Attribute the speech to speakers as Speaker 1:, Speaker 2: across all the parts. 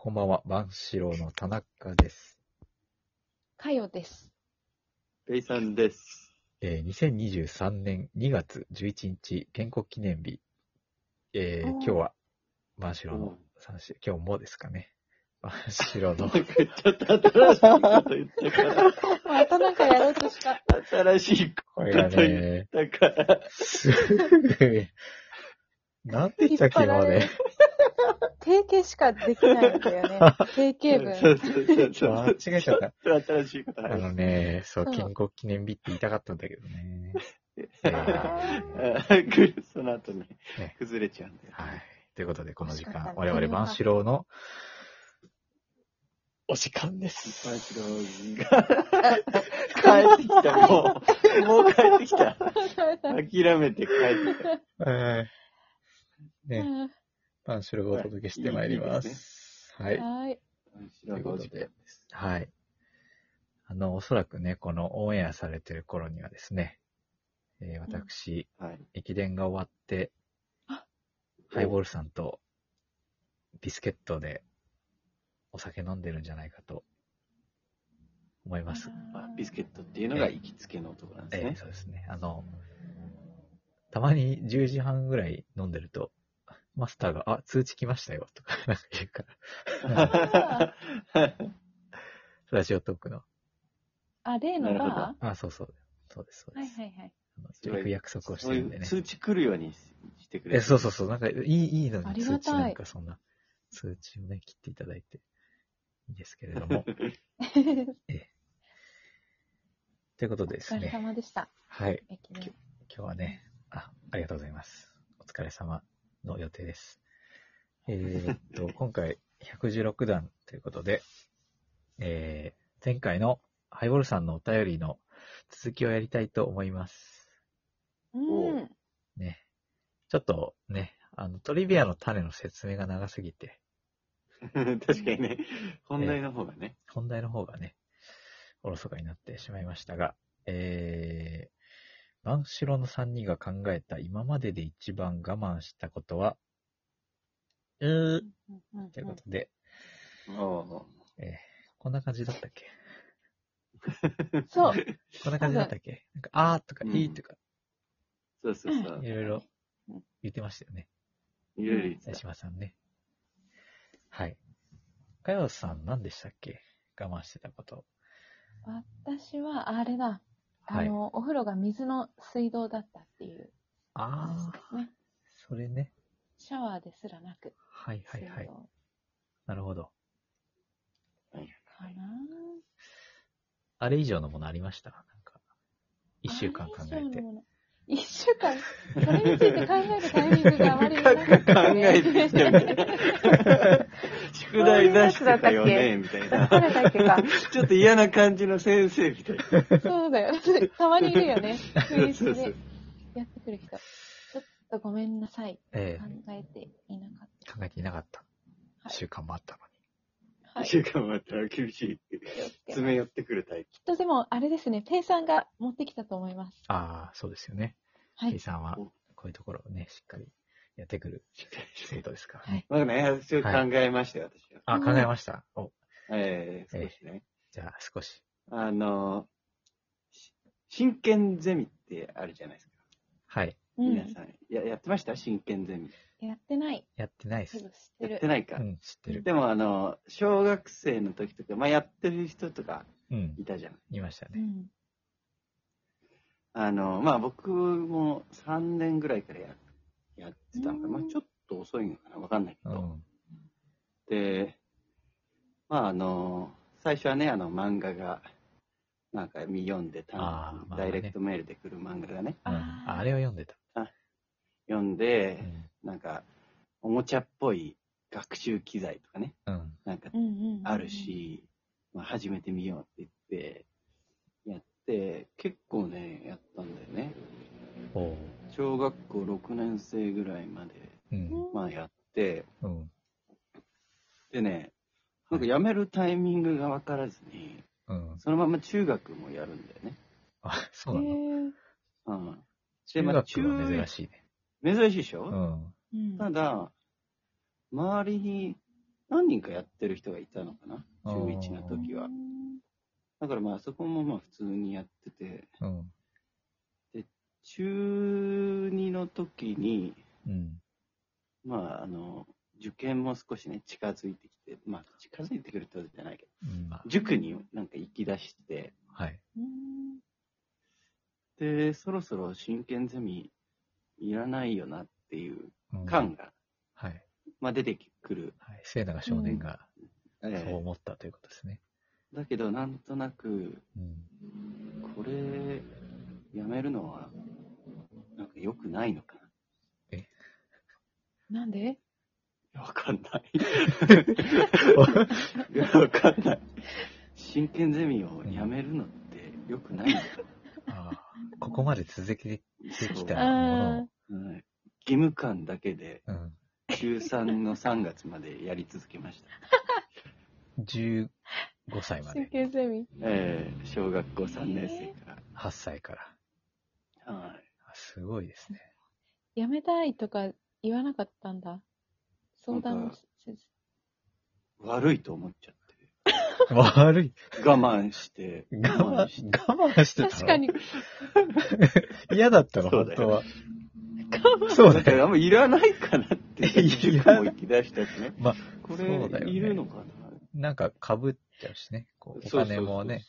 Speaker 1: こんばんは、万志郎の田中です。
Speaker 2: かよです。
Speaker 3: ペイさんです。
Speaker 1: えー、2023年2月11日、建国記念日。えー、
Speaker 2: おー
Speaker 1: 今日は、万志
Speaker 3: う
Speaker 1: 郎の
Speaker 3: ん
Speaker 1: 三種、今日もですかね。万志郎 の
Speaker 3: なんかちょっと新しいこと言ったから、
Speaker 2: またなんかやろうとした。
Speaker 3: 新しいこ
Speaker 1: これがね、
Speaker 3: と言ったから、
Speaker 1: すごい。なんて言ったっけ、
Speaker 2: 引っ張
Speaker 1: 今
Speaker 2: られ
Speaker 1: ね
Speaker 2: る。定型しかできないんだよ ね。定型
Speaker 3: そ
Speaker 2: 文。
Speaker 3: うそうそう
Speaker 1: ち
Speaker 3: そ
Speaker 1: ょっ
Speaker 3: う。
Speaker 1: と間違えちゃった。
Speaker 3: ちょっと新しいこと
Speaker 1: あ
Speaker 3: 入
Speaker 1: の
Speaker 3: る。
Speaker 1: ね、そう、
Speaker 2: そう
Speaker 1: 建国記念日って言いたかったんだけどね。えー
Speaker 3: あーその後ね
Speaker 1: ね、
Speaker 3: 崩れちゃうんだよ。
Speaker 1: はい。ということで、この時
Speaker 2: 惜しか
Speaker 1: 間
Speaker 2: っ、たね
Speaker 1: 我々万志郎の、お時間で
Speaker 3: 一
Speaker 1: す。
Speaker 3: 般指が帰ってきた、もう。もう帰ってきた。諦めて帰ってきた。
Speaker 1: はい。ね、万志郎がお届けしてまいりま。
Speaker 3: いいです
Speaker 1: はい。
Speaker 2: はい。
Speaker 1: ということで、はい。あの、おそらくね、このオンエアされてる頃にはですね、えー私、
Speaker 3: はい。
Speaker 1: 駅伝が終わって
Speaker 2: あ、
Speaker 1: ハイボールさんとビスケットでお酒飲んでるんじゃないかと思います。
Speaker 3: まあビスケットっていうのが行きつけのとこなんで
Speaker 1: え
Speaker 3: す
Speaker 1: え
Speaker 3: ね。
Speaker 1: そうですね。あの、たまに10時半ぐらい飲んでると、マスターが、あ、通知来ましたよ、とか、なんか言うから。
Speaker 2: あ
Speaker 1: ラジオトークの。
Speaker 2: あ、例のバー
Speaker 3: なるほど
Speaker 2: は
Speaker 1: あ、そうそう。そうです、そう
Speaker 2: いは
Speaker 1: で
Speaker 2: い
Speaker 1: す。
Speaker 2: はい。
Speaker 1: あの一応行く約束をして
Speaker 3: そうい
Speaker 1: るんで
Speaker 3: う
Speaker 1: ね。
Speaker 3: 通知来るようにしてくれ
Speaker 1: え、
Speaker 3: る。
Speaker 1: そうそうそう。なんか、いい、いいの
Speaker 2: あ
Speaker 1: に
Speaker 2: り
Speaker 1: 通
Speaker 2: が
Speaker 1: 知
Speaker 2: たい
Speaker 1: なんかそんな、通知をね、切っていただいて、いいですけれど も。ということで
Speaker 2: お
Speaker 1: です
Speaker 2: 疲れ
Speaker 1: ね。
Speaker 2: 様でした。
Speaker 1: はい。
Speaker 2: 駅伝
Speaker 1: 今日はね、あ、ありがとうございます。お疲れ様の予定です。えーっ と、今回116弾ということで、えー、前回のハイボールさんのお便りの続きをやりたいと思います。
Speaker 2: うん。
Speaker 1: ね。ちょっとね、あの、トリビアの種の説明が長すぎて、
Speaker 3: 確かにね、本題の方がね。
Speaker 1: 本題の方がね、おろそかになってしまいましたが、えー、万四郎の3人が考えた今までで一番我慢したことは、うー、
Speaker 2: うんうん
Speaker 1: ということで、
Speaker 3: お
Speaker 1: こんな感じだったっけ
Speaker 2: うんそう。
Speaker 1: こんな感じだったっけなんか、あーとか、
Speaker 3: うん
Speaker 1: いいとか、
Speaker 3: そうそうそう。
Speaker 1: いろいろ言ってましたよね。
Speaker 3: いろいろ 言って
Speaker 1: 大
Speaker 3: た。
Speaker 1: 島さんね。はい。かよさん、何でしたっけ我慢してたこと。
Speaker 2: 私は、あれだ。あ
Speaker 1: はい。
Speaker 2: の、お風呂が水の水道だったっていう
Speaker 1: あ
Speaker 2: 話ね。
Speaker 1: ー、それね。
Speaker 2: シャワーですらなく、
Speaker 1: はいは
Speaker 2: 水
Speaker 1: い
Speaker 2: 道
Speaker 1: はい。なるほど。
Speaker 2: かな。
Speaker 1: あれ以上のものありましたなんか、一週間考
Speaker 2: あ
Speaker 1: え
Speaker 2: れ以上
Speaker 1: て
Speaker 2: の。もの。一週間、それについて考えるタイミングがあまりなかった
Speaker 3: 考え
Speaker 2: ね
Speaker 3: てきたみたいな。宿題出してたよね、みたいな。
Speaker 2: 疲れたっけか。
Speaker 3: ちょっと嫌な感じの先生みたいな。
Speaker 2: そうだよ。たまにいるよね。休
Speaker 3: そう
Speaker 2: 日
Speaker 3: そ
Speaker 2: で
Speaker 3: う
Speaker 2: やってくる人。ちょっとごめんなさい。
Speaker 1: え
Speaker 2: 考えていなかっ
Speaker 1: え考えていなかった。
Speaker 2: はい
Speaker 1: 習慣もあったのに。
Speaker 2: た。はい。
Speaker 3: 一週間待ったら厳しい。
Speaker 2: 気をつけます
Speaker 3: 詰め寄ってくるタイ
Speaker 2: きっとでも、あれですね。ペイさんが持ってきたと思います。
Speaker 1: あー、そうですよね。
Speaker 2: は
Speaker 1: P
Speaker 2: い。
Speaker 1: さんは、
Speaker 3: お
Speaker 1: こういうところをね、しっかりやってくる生徒ですからね。
Speaker 2: はい
Speaker 3: プ。まあね、ちょっと考えましたよ、私は。
Speaker 1: あ、
Speaker 2: うん
Speaker 1: 考えました。お、
Speaker 3: ええ少しね。
Speaker 1: じゃあ少し。
Speaker 3: あの、し真剣ゼミってあるじゃないですか。
Speaker 1: はい。
Speaker 2: う
Speaker 3: 皆
Speaker 2: ん。
Speaker 3: さん。ややってました真剣ゼミ。
Speaker 2: やってない。
Speaker 1: やってないで
Speaker 2: す
Speaker 1: す
Speaker 2: ぐ。知って
Speaker 3: やって
Speaker 2: る。
Speaker 3: ないか
Speaker 1: う。ん、知ってる。
Speaker 3: でもあの、小学生の時とか、まあやってる人とか
Speaker 1: うん
Speaker 3: い、たじゃん。
Speaker 1: いました
Speaker 2: う
Speaker 1: ね。
Speaker 2: ん。
Speaker 3: あの、まあ僕も3年ぐらいからややってたのかな、まあちょっと遅いのかな、わかんないけ
Speaker 1: う
Speaker 3: ど。
Speaker 1: ん。
Speaker 3: で、まああの、最初はね、あの漫画が、なんか見読んでた
Speaker 1: あーまあ
Speaker 3: ダ
Speaker 1: ね
Speaker 3: イレクトメールで来る漫画がね、
Speaker 1: うん
Speaker 2: あー
Speaker 1: ああれを読んでた。
Speaker 3: 読ん
Speaker 1: う
Speaker 3: で、
Speaker 1: ん。
Speaker 3: なんか、おもちゃっぽい学習機材とかね、
Speaker 1: うん。
Speaker 3: なんか
Speaker 2: うんうんうん。
Speaker 3: ある。し、まあ、始めてみようって言って、やって、結構ね、やったんだよね。
Speaker 1: おう
Speaker 3: 小学校6年生ぐらいまで、
Speaker 1: うん。
Speaker 3: まあやって、
Speaker 1: うん。
Speaker 3: でね、なんかやめるタイミングがわからずに、
Speaker 1: うん。
Speaker 3: そのまま中学もやるんだよね。
Speaker 1: あ、そうなの
Speaker 2: え
Speaker 3: うん。
Speaker 1: 中
Speaker 3: でまあ
Speaker 1: 学は珍しいね。
Speaker 3: 珍しいでし
Speaker 1: う
Speaker 3: ょ、
Speaker 1: ん。
Speaker 2: うん。
Speaker 3: ただ、周りに何人かやってる人がいたのかな、
Speaker 1: あー
Speaker 3: 中1の時は。だからまあそこもまあ普通にやってて、
Speaker 1: うん。
Speaker 3: 中2の時に、
Speaker 1: うん。
Speaker 3: まああの、受験も少しね、近づいてきて、まあ近づいてくるってことじゃないけど、
Speaker 1: うん。ま
Speaker 3: 塾になんか行き出して、
Speaker 1: あ、はい。
Speaker 2: うん
Speaker 3: で、そろそろ真剣ゼミいらないよなっていう
Speaker 1: うん
Speaker 3: 感が、
Speaker 1: はい。
Speaker 3: まあ出てくる。
Speaker 1: はい。聖なが少年が
Speaker 3: え
Speaker 1: そう
Speaker 3: え
Speaker 1: 思ったということですね。
Speaker 3: だけどなんとなく、
Speaker 1: うん。
Speaker 3: これ、やめるのは、なんか良くないのか
Speaker 2: なんで
Speaker 3: な。わかんない。わかんない。真剣ゼミをやめるのって良くないのか
Speaker 1: ああ、ここまで続けてきた
Speaker 3: あ
Speaker 1: もの
Speaker 2: あ
Speaker 1: を
Speaker 2: あ、
Speaker 3: な、うん義務感だけで、
Speaker 1: うん。
Speaker 3: 中3の3月までやり続けました。
Speaker 1: 15歳ま
Speaker 2: 真
Speaker 1: で、
Speaker 2: 剣ゼミ。
Speaker 3: ええ小学校3年生から。
Speaker 1: 8歳から。
Speaker 3: はい。
Speaker 1: あすごいですね。
Speaker 2: 辞めたいとか言わなかったんだ。相談
Speaker 3: なん
Speaker 2: の
Speaker 3: か
Speaker 2: 先生。
Speaker 3: 悪いと思っちゃっ
Speaker 1: 悪い。
Speaker 3: て。我慢して、
Speaker 1: 我慢
Speaker 3: して
Speaker 1: し、我慢してたの
Speaker 2: 確か。に、
Speaker 1: 嫌だったの、
Speaker 3: そう
Speaker 1: 本
Speaker 3: だよ
Speaker 1: 当は。そう
Speaker 3: だ
Speaker 1: だ
Speaker 3: か
Speaker 1: よ。
Speaker 3: らあんまいらないかなって、
Speaker 1: いや
Speaker 3: 塾も行き出した しね。
Speaker 1: まあ
Speaker 3: こ
Speaker 1: そうだよ
Speaker 3: れ、
Speaker 1: ね
Speaker 3: いるのか
Speaker 1: なんか被っちゃうしね。こう
Speaker 3: な
Speaker 1: お金もね、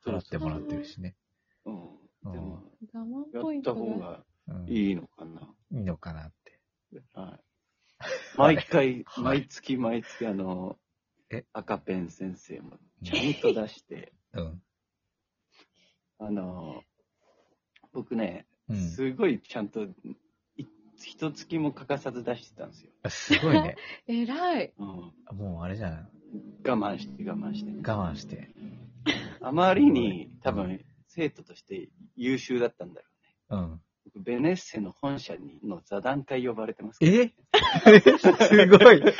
Speaker 3: そう
Speaker 1: 払
Speaker 3: そう
Speaker 1: ってもらってるしね。
Speaker 3: そううん。でも、
Speaker 2: 我慢
Speaker 3: や
Speaker 2: ポイ
Speaker 3: っ
Speaker 2: ン
Speaker 3: た
Speaker 2: ト
Speaker 3: 方
Speaker 2: が。
Speaker 3: が
Speaker 1: うんい
Speaker 3: いいのかな。
Speaker 1: いのかなって。
Speaker 3: はい。毎回、
Speaker 1: はい
Speaker 3: 毎月毎月、あの
Speaker 1: え、
Speaker 3: 赤ペン先生もちゃんと出して、
Speaker 1: うん。
Speaker 3: あの、僕ね、
Speaker 1: うん。
Speaker 3: すごいちゃんと、い一月も欠かさず出してたんですよ。
Speaker 1: あすごいね。
Speaker 2: えらい。
Speaker 3: うん
Speaker 1: もうあれじゃん。
Speaker 3: 我慢して我慢して。
Speaker 1: 我慢して。
Speaker 3: あまりに多分生徒として優秀だったんだろうね。
Speaker 1: うん。
Speaker 3: 僕ベネッセの本社にの座談会呼ばれてますから
Speaker 1: えすごい。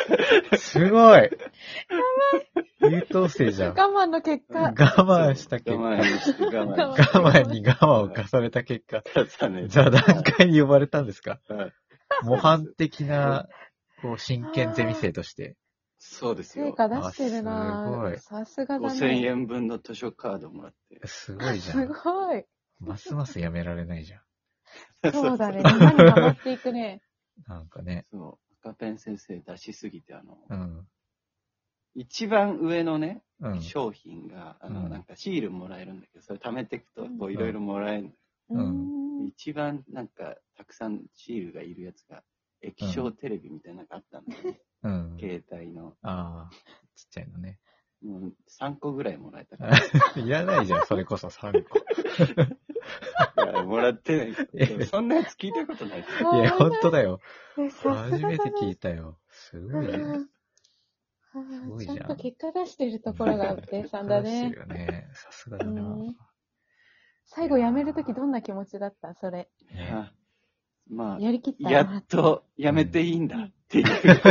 Speaker 1: すごい。優等生じゃん。
Speaker 2: 我慢の結
Speaker 1: 我
Speaker 2: 果。
Speaker 1: 慢した結果。
Speaker 3: 我慢して我慢し
Speaker 1: 我慢に我慢を重ねた結果、
Speaker 3: てたね。
Speaker 1: 座談会に呼ばれたんですか
Speaker 3: はい
Speaker 1: 模範的な、こう、真剣ゼミ生として。
Speaker 3: そうです
Speaker 2: 成
Speaker 3: よ。
Speaker 2: 果出してる
Speaker 1: あすご
Speaker 2: ないさすがだ
Speaker 3: 5000
Speaker 2: ね。
Speaker 3: 円分の図書カードもらって。
Speaker 1: すごいじゃ
Speaker 2: す
Speaker 1: ん。
Speaker 2: ご い。
Speaker 1: ますますやめられないじゃん。
Speaker 2: そうだね。今にハマっていくね。
Speaker 1: なんかね。
Speaker 3: そう。赤ペン先生出しすぎて、あの、
Speaker 1: うん。
Speaker 3: 一番上のね、
Speaker 1: うん。
Speaker 3: 商品が、あ
Speaker 1: う
Speaker 3: の、
Speaker 1: ん
Speaker 3: なんかシールもらえるんだけど、それ貯めていくと、
Speaker 2: う
Speaker 3: こう、
Speaker 2: ん
Speaker 3: いろいろもらえる。
Speaker 1: う
Speaker 2: うんん。
Speaker 3: 一番、なんか、たくさんシールがいるやつが、液晶テレビみたいなのがあったんだよね。
Speaker 1: うん。
Speaker 3: 携帯の。
Speaker 1: ああ、ちっちゃいのね。
Speaker 3: もう3個ぐらいもらえたか
Speaker 1: いらないじゃん、それこそ3個。
Speaker 3: ら。いやもらってないけど。そんなやつ聞いたことない。
Speaker 1: い
Speaker 2: あ
Speaker 1: や、ほんとだよ。
Speaker 2: えさす
Speaker 1: 初
Speaker 2: が
Speaker 1: め
Speaker 2: だ
Speaker 1: て
Speaker 2: ね。
Speaker 1: 聞いたよ。すごいじゃん。
Speaker 2: うん
Speaker 1: すごい
Speaker 2: ち
Speaker 1: じゃ
Speaker 2: ゃ
Speaker 1: ん
Speaker 2: んと結果出してるところがベイさんだ
Speaker 1: 素晴らし
Speaker 2: ね
Speaker 1: い。よね。さすがだな。
Speaker 2: うん最後辞めるときどんな気持ちだったそれ。
Speaker 1: ね
Speaker 3: あまあ、
Speaker 2: やりきった
Speaker 3: や
Speaker 2: ら
Speaker 3: っとやめていいんだっていう。
Speaker 1: え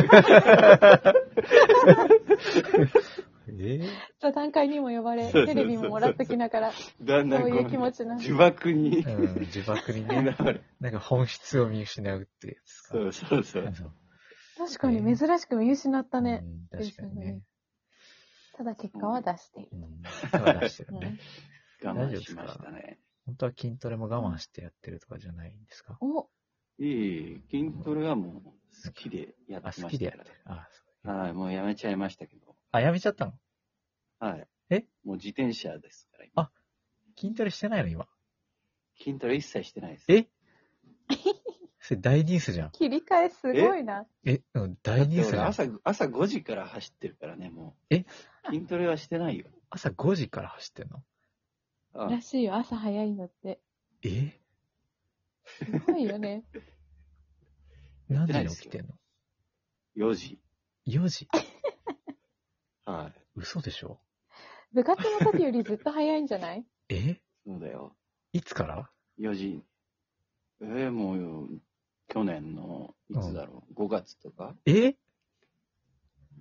Speaker 1: ー
Speaker 2: 座談会にも呼ばれ、
Speaker 3: そうそうそう
Speaker 2: テレビももらっときながら、そ
Speaker 3: だん
Speaker 2: う
Speaker 3: だんこ
Speaker 2: いう気
Speaker 3: う、
Speaker 2: 持ちなんだ
Speaker 3: 呪縛に
Speaker 1: うん、呪縛に ね、
Speaker 3: 狙われ。
Speaker 1: なんか本質を見失うってやつか。
Speaker 3: そうそうそう。
Speaker 1: そう
Speaker 2: 確かに珍しく見失ったね。
Speaker 1: うん確かにね。
Speaker 2: ただ結果は出している。
Speaker 1: うん、手は出してるね。
Speaker 3: 我慢しましたね。
Speaker 1: 本当は筋トレも我慢してやってるとかじゃないんですか
Speaker 2: お、
Speaker 3: いい、筋トレはもう好きでや
Speaker 1: あ、
Speaker 3: ってま
Speaker 1: 好
Speaker 3: し
Speaker 1: きで
Speaker 3: た
Speaker 1: やっ
Speaker 3: か
Speaker 1: てる。あ、そう
Speaker 3: ら。はい、もうやめちゃいましたけど。
Speaker 1: あ、やめちゃったの
Speaker 3: はい。
Speaker 1: え
Speaker 3: もう自転車ですから、
Speaker 1: あ筋トレしてないの今。
Speaker 3: 筋トレ一切してないです。
Speaker 1: えそれ大ニュースじゃん。
Speaker 2: 切り替えすごいな。
Speaker 1: え、うん大ニュースじ
Speaker 3: で俺
Speaker 1: ゃん。
Speaker 3: 朝、朝5時から走ってるからね、もう。
Speaker 1: え
Speaker 3: 筋トレはしてないよ。
Speaker 1: 朝5時から走ってんの
Speaker 3: あ
Speaker 2: らしいよ、朝早いのって。
Speaker 1: え
Speaker 2: すごいよね。
Speaker 1: 何時に起きてんの
Speaker 3: 4時。
Speaker 1: ?4 時
Speaker 3: はい。
Speaker 1: 嘘でしょ
Speaker 2: 部活の時よりずっと早いんじゃない
Speaker 1: え
Speaker 3: そうだよ。
Speaker 1: いつから
Speaker 3: 4時。えー、もうよ、去年の、いつだろう、5月とか
Speaker 1: え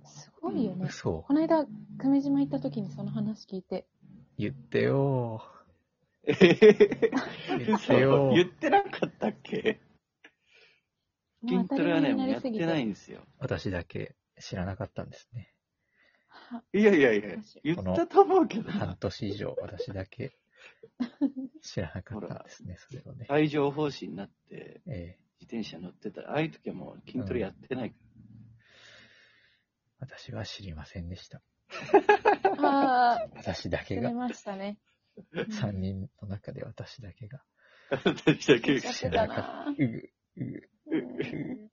Speaker 2: すごいよね。
Speaker 1: 嘘
Speaker 2: この間、久米島行った時にその話聞いて。
Speaker 1: 言ってよ
Speaker 3: えへ
Speaker 1: ー。言ってよー
Speaker 3: 言ってなかったっけ
Speaker 2: もう
Speaker 3: 筋
Speaker 2: 当た
Speaker 3: ト
Speaker 2: り
Speaker 3: レは
Speaker 2: 前に
Speaker 3: ね、も
Speaker 2: な
Speaker 3: うや
Speaker 2: り
Speaker 3: っ
Speaker 2: す
Speaker 3: て
Speaker 2: ぎて。
Speaker 3: ないんですよ。
Speaker 1: 私だけ知らなかったんです ね。
Speaker 3: いやいやいや
Speaker 2: どうしよ、
Speaker 1: う
Speaker 3: 言ったと思うけど
Speaker 1: 半
Speaker 3: な。
Speaker 1: 年以上私だけ知らなかったんですね、それをね。
Speaker 3: 帯状疱疹になって、
Speaker 1: ええ
Speaker 3: 自転車乗ってたら、ああいう時はもう筋トレやってないか
Speaker 1: 私は知りませんでした。
Speaker 2: ああ、
Speaker 1: 私だけ
Speaker 2: 釣れ
Speaker 1: が、
Speaker 2: ましたね。
Speaker 1: 3人の中で私だけが。
Speaker 3: ら。私だ け
Speaker 1: 知
Speaker 2: 知
Speaker 1: らな
Speaker 2: らな
Speaker 1: か
Speaker 2: か
Speaker 1: っ
Speaker 2: ったた。
Speaker 1: うぐうぐ
Speaker 2: うん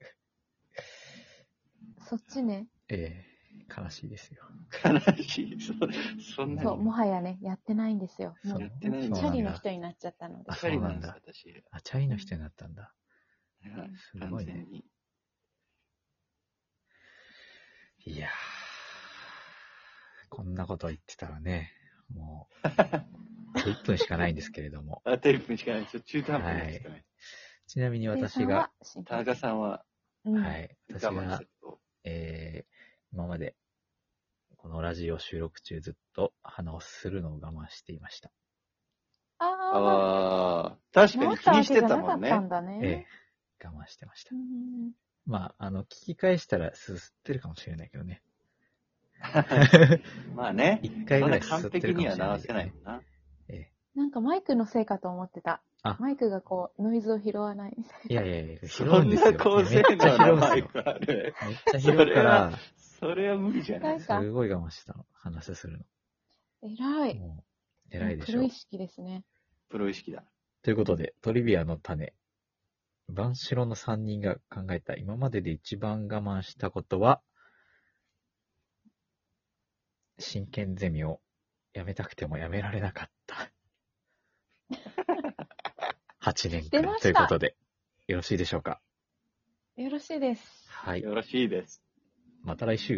Speaker 2: そっちね。
Speaker 1: ええ悲しいですよ。
Speaker 3: 悲しい。そそんな
Speaker 2: そう、
Speaker 3: に。
Speaker 2: もはやね、やってないんですよ。も
Speaker 1: そうう
Speaker 3: やってない
Speaker 1: そ
Speaker 3: の
Speaker 1: う
Speaker 2: チ
Speaker 1: な
Speaker 2: ャ
Speaker 1: ん
Speaker 2: リの
Speaker 1: だ
Speaker 2: 人。になっちゃったので
Speaker 1: あ。
Speaker 3: チャリなんです
Speaker 1: そう、
Speaker 3: 私。
Speaker 1: あ、チャリの人になったんだ。す
Speaker 3: 完
Speaker 1: ごいね
Speaker 3: 全に。
Speaker 1: いやー、こんなこと言ってたらね、も う、1分しかないんですけれども。
Speaker 3: あと1分しかない。ちょ中途半端ないしかない。
Speaker 1: ちなみに私
Speaker 2: ペイさん
Speaker 1: が
Speaker 2: は、心
Speaker 3: 田
Speaker 2: 配
Speaker 3: 中さんは
Speaker 2: うん
Speaker 1: はい、私
Speaker 3: 我慢し
Speaker 1: が
Speaker 3: てる、と。
Speaker 1: えー、今まで、このラジオ収録中ずっと鼻をするのを我慢していました。
Speaker 2: ああ、
Speaker 3: ああ、
Speaker 2: 治
Speaker 3: 確かに
Speaker 2: っ
Speaker 3: 気
Speaker 2: たわ
Speaker 3: に
Speaker 2: け
Speaker 3: し
Speaker 2: じゃ
Speaker 3: て
Speaker 2: な
Speaker 3: た
Speaker 2: か
Speaker 3: も
Speaker 2: っ
Speaker 3: ん
Speaker 2: たん
Speaker 3: ね。
Speaker 2: だ
Speaker 1: え
Speaker 2: ね。
Speaker 1: え、我慢してました
Speaker 2: う。ん
Speaker 1: まあ、あの、聞き返したらすすってるかもしれないけどね。
Speaker 3: まあね。
Speaker 1: 一回
Speaker 3: そ
Speaker 1: ぐら
Speaker 3: んない
Speaker 1: すす
Speaker 3: 完
Speaker 1: って
Speaker 3: 璧
Speaker 1: るかも
Speaker 3: には
Speaker 1: しれない
Speaker 3: 直
Speaker 1: け
Speaker 3: せ
Speaker 1: ど
Speaker 3: ない
Speaker 1: ね。
Speaker 3: もんな。
Speaker 1: え
Speaker 2: なんかマイクのせいかと思ってた
Speaker 1: あ。
Speaker 2: マイクがこう、ノイズを拾わないみたい
Speaker 1: え、いやいやいや、
Speaker 3: そ
Speaker 1: 拾うん
Speaker 3: ん
Speaker 1: ですよ。
Speaker 3: な高性
Speaker 1: めっちゃ
Speaker 3: 能
Speaker 1: 拾
Speaker 3: な
Speaker 1: うんで
Speaker 3: マ
Speaker 1: す
Speaker 3: イ
Speaker 1: よ。
Speaker 3: クある。
Speaker 1: めっちゃ拾うから、
Speaker 3: それは無理じゃない
Speaker 2: そ。れは
Speaker 1: すごい我慢したの。話する
Speaker 2: な。偉
Speaker 1: の。
Speaker 2: い。
Speaker 1: もう、偉いでし
Speaker 2: プロ
Speaker 1: ょ
Speaker 2: 意。識ですね。
Speaker 3: プロ意識だ。
Speaker 1: ということで、トリビアの種。番ロの3人が考えた今までで一番我慢したことは、真剣ゼミをやめたくてもやめられなか った。8年
Speaker 2: 出ま
Speaker 1: 間
Speaker 2: した
Speaker 1: ということで、よろしいでしょうか。
Speaker 2: よろしいです。
Speaker 1: はい。
Speaker 3: よろしいです。
Speaker 1: また来週。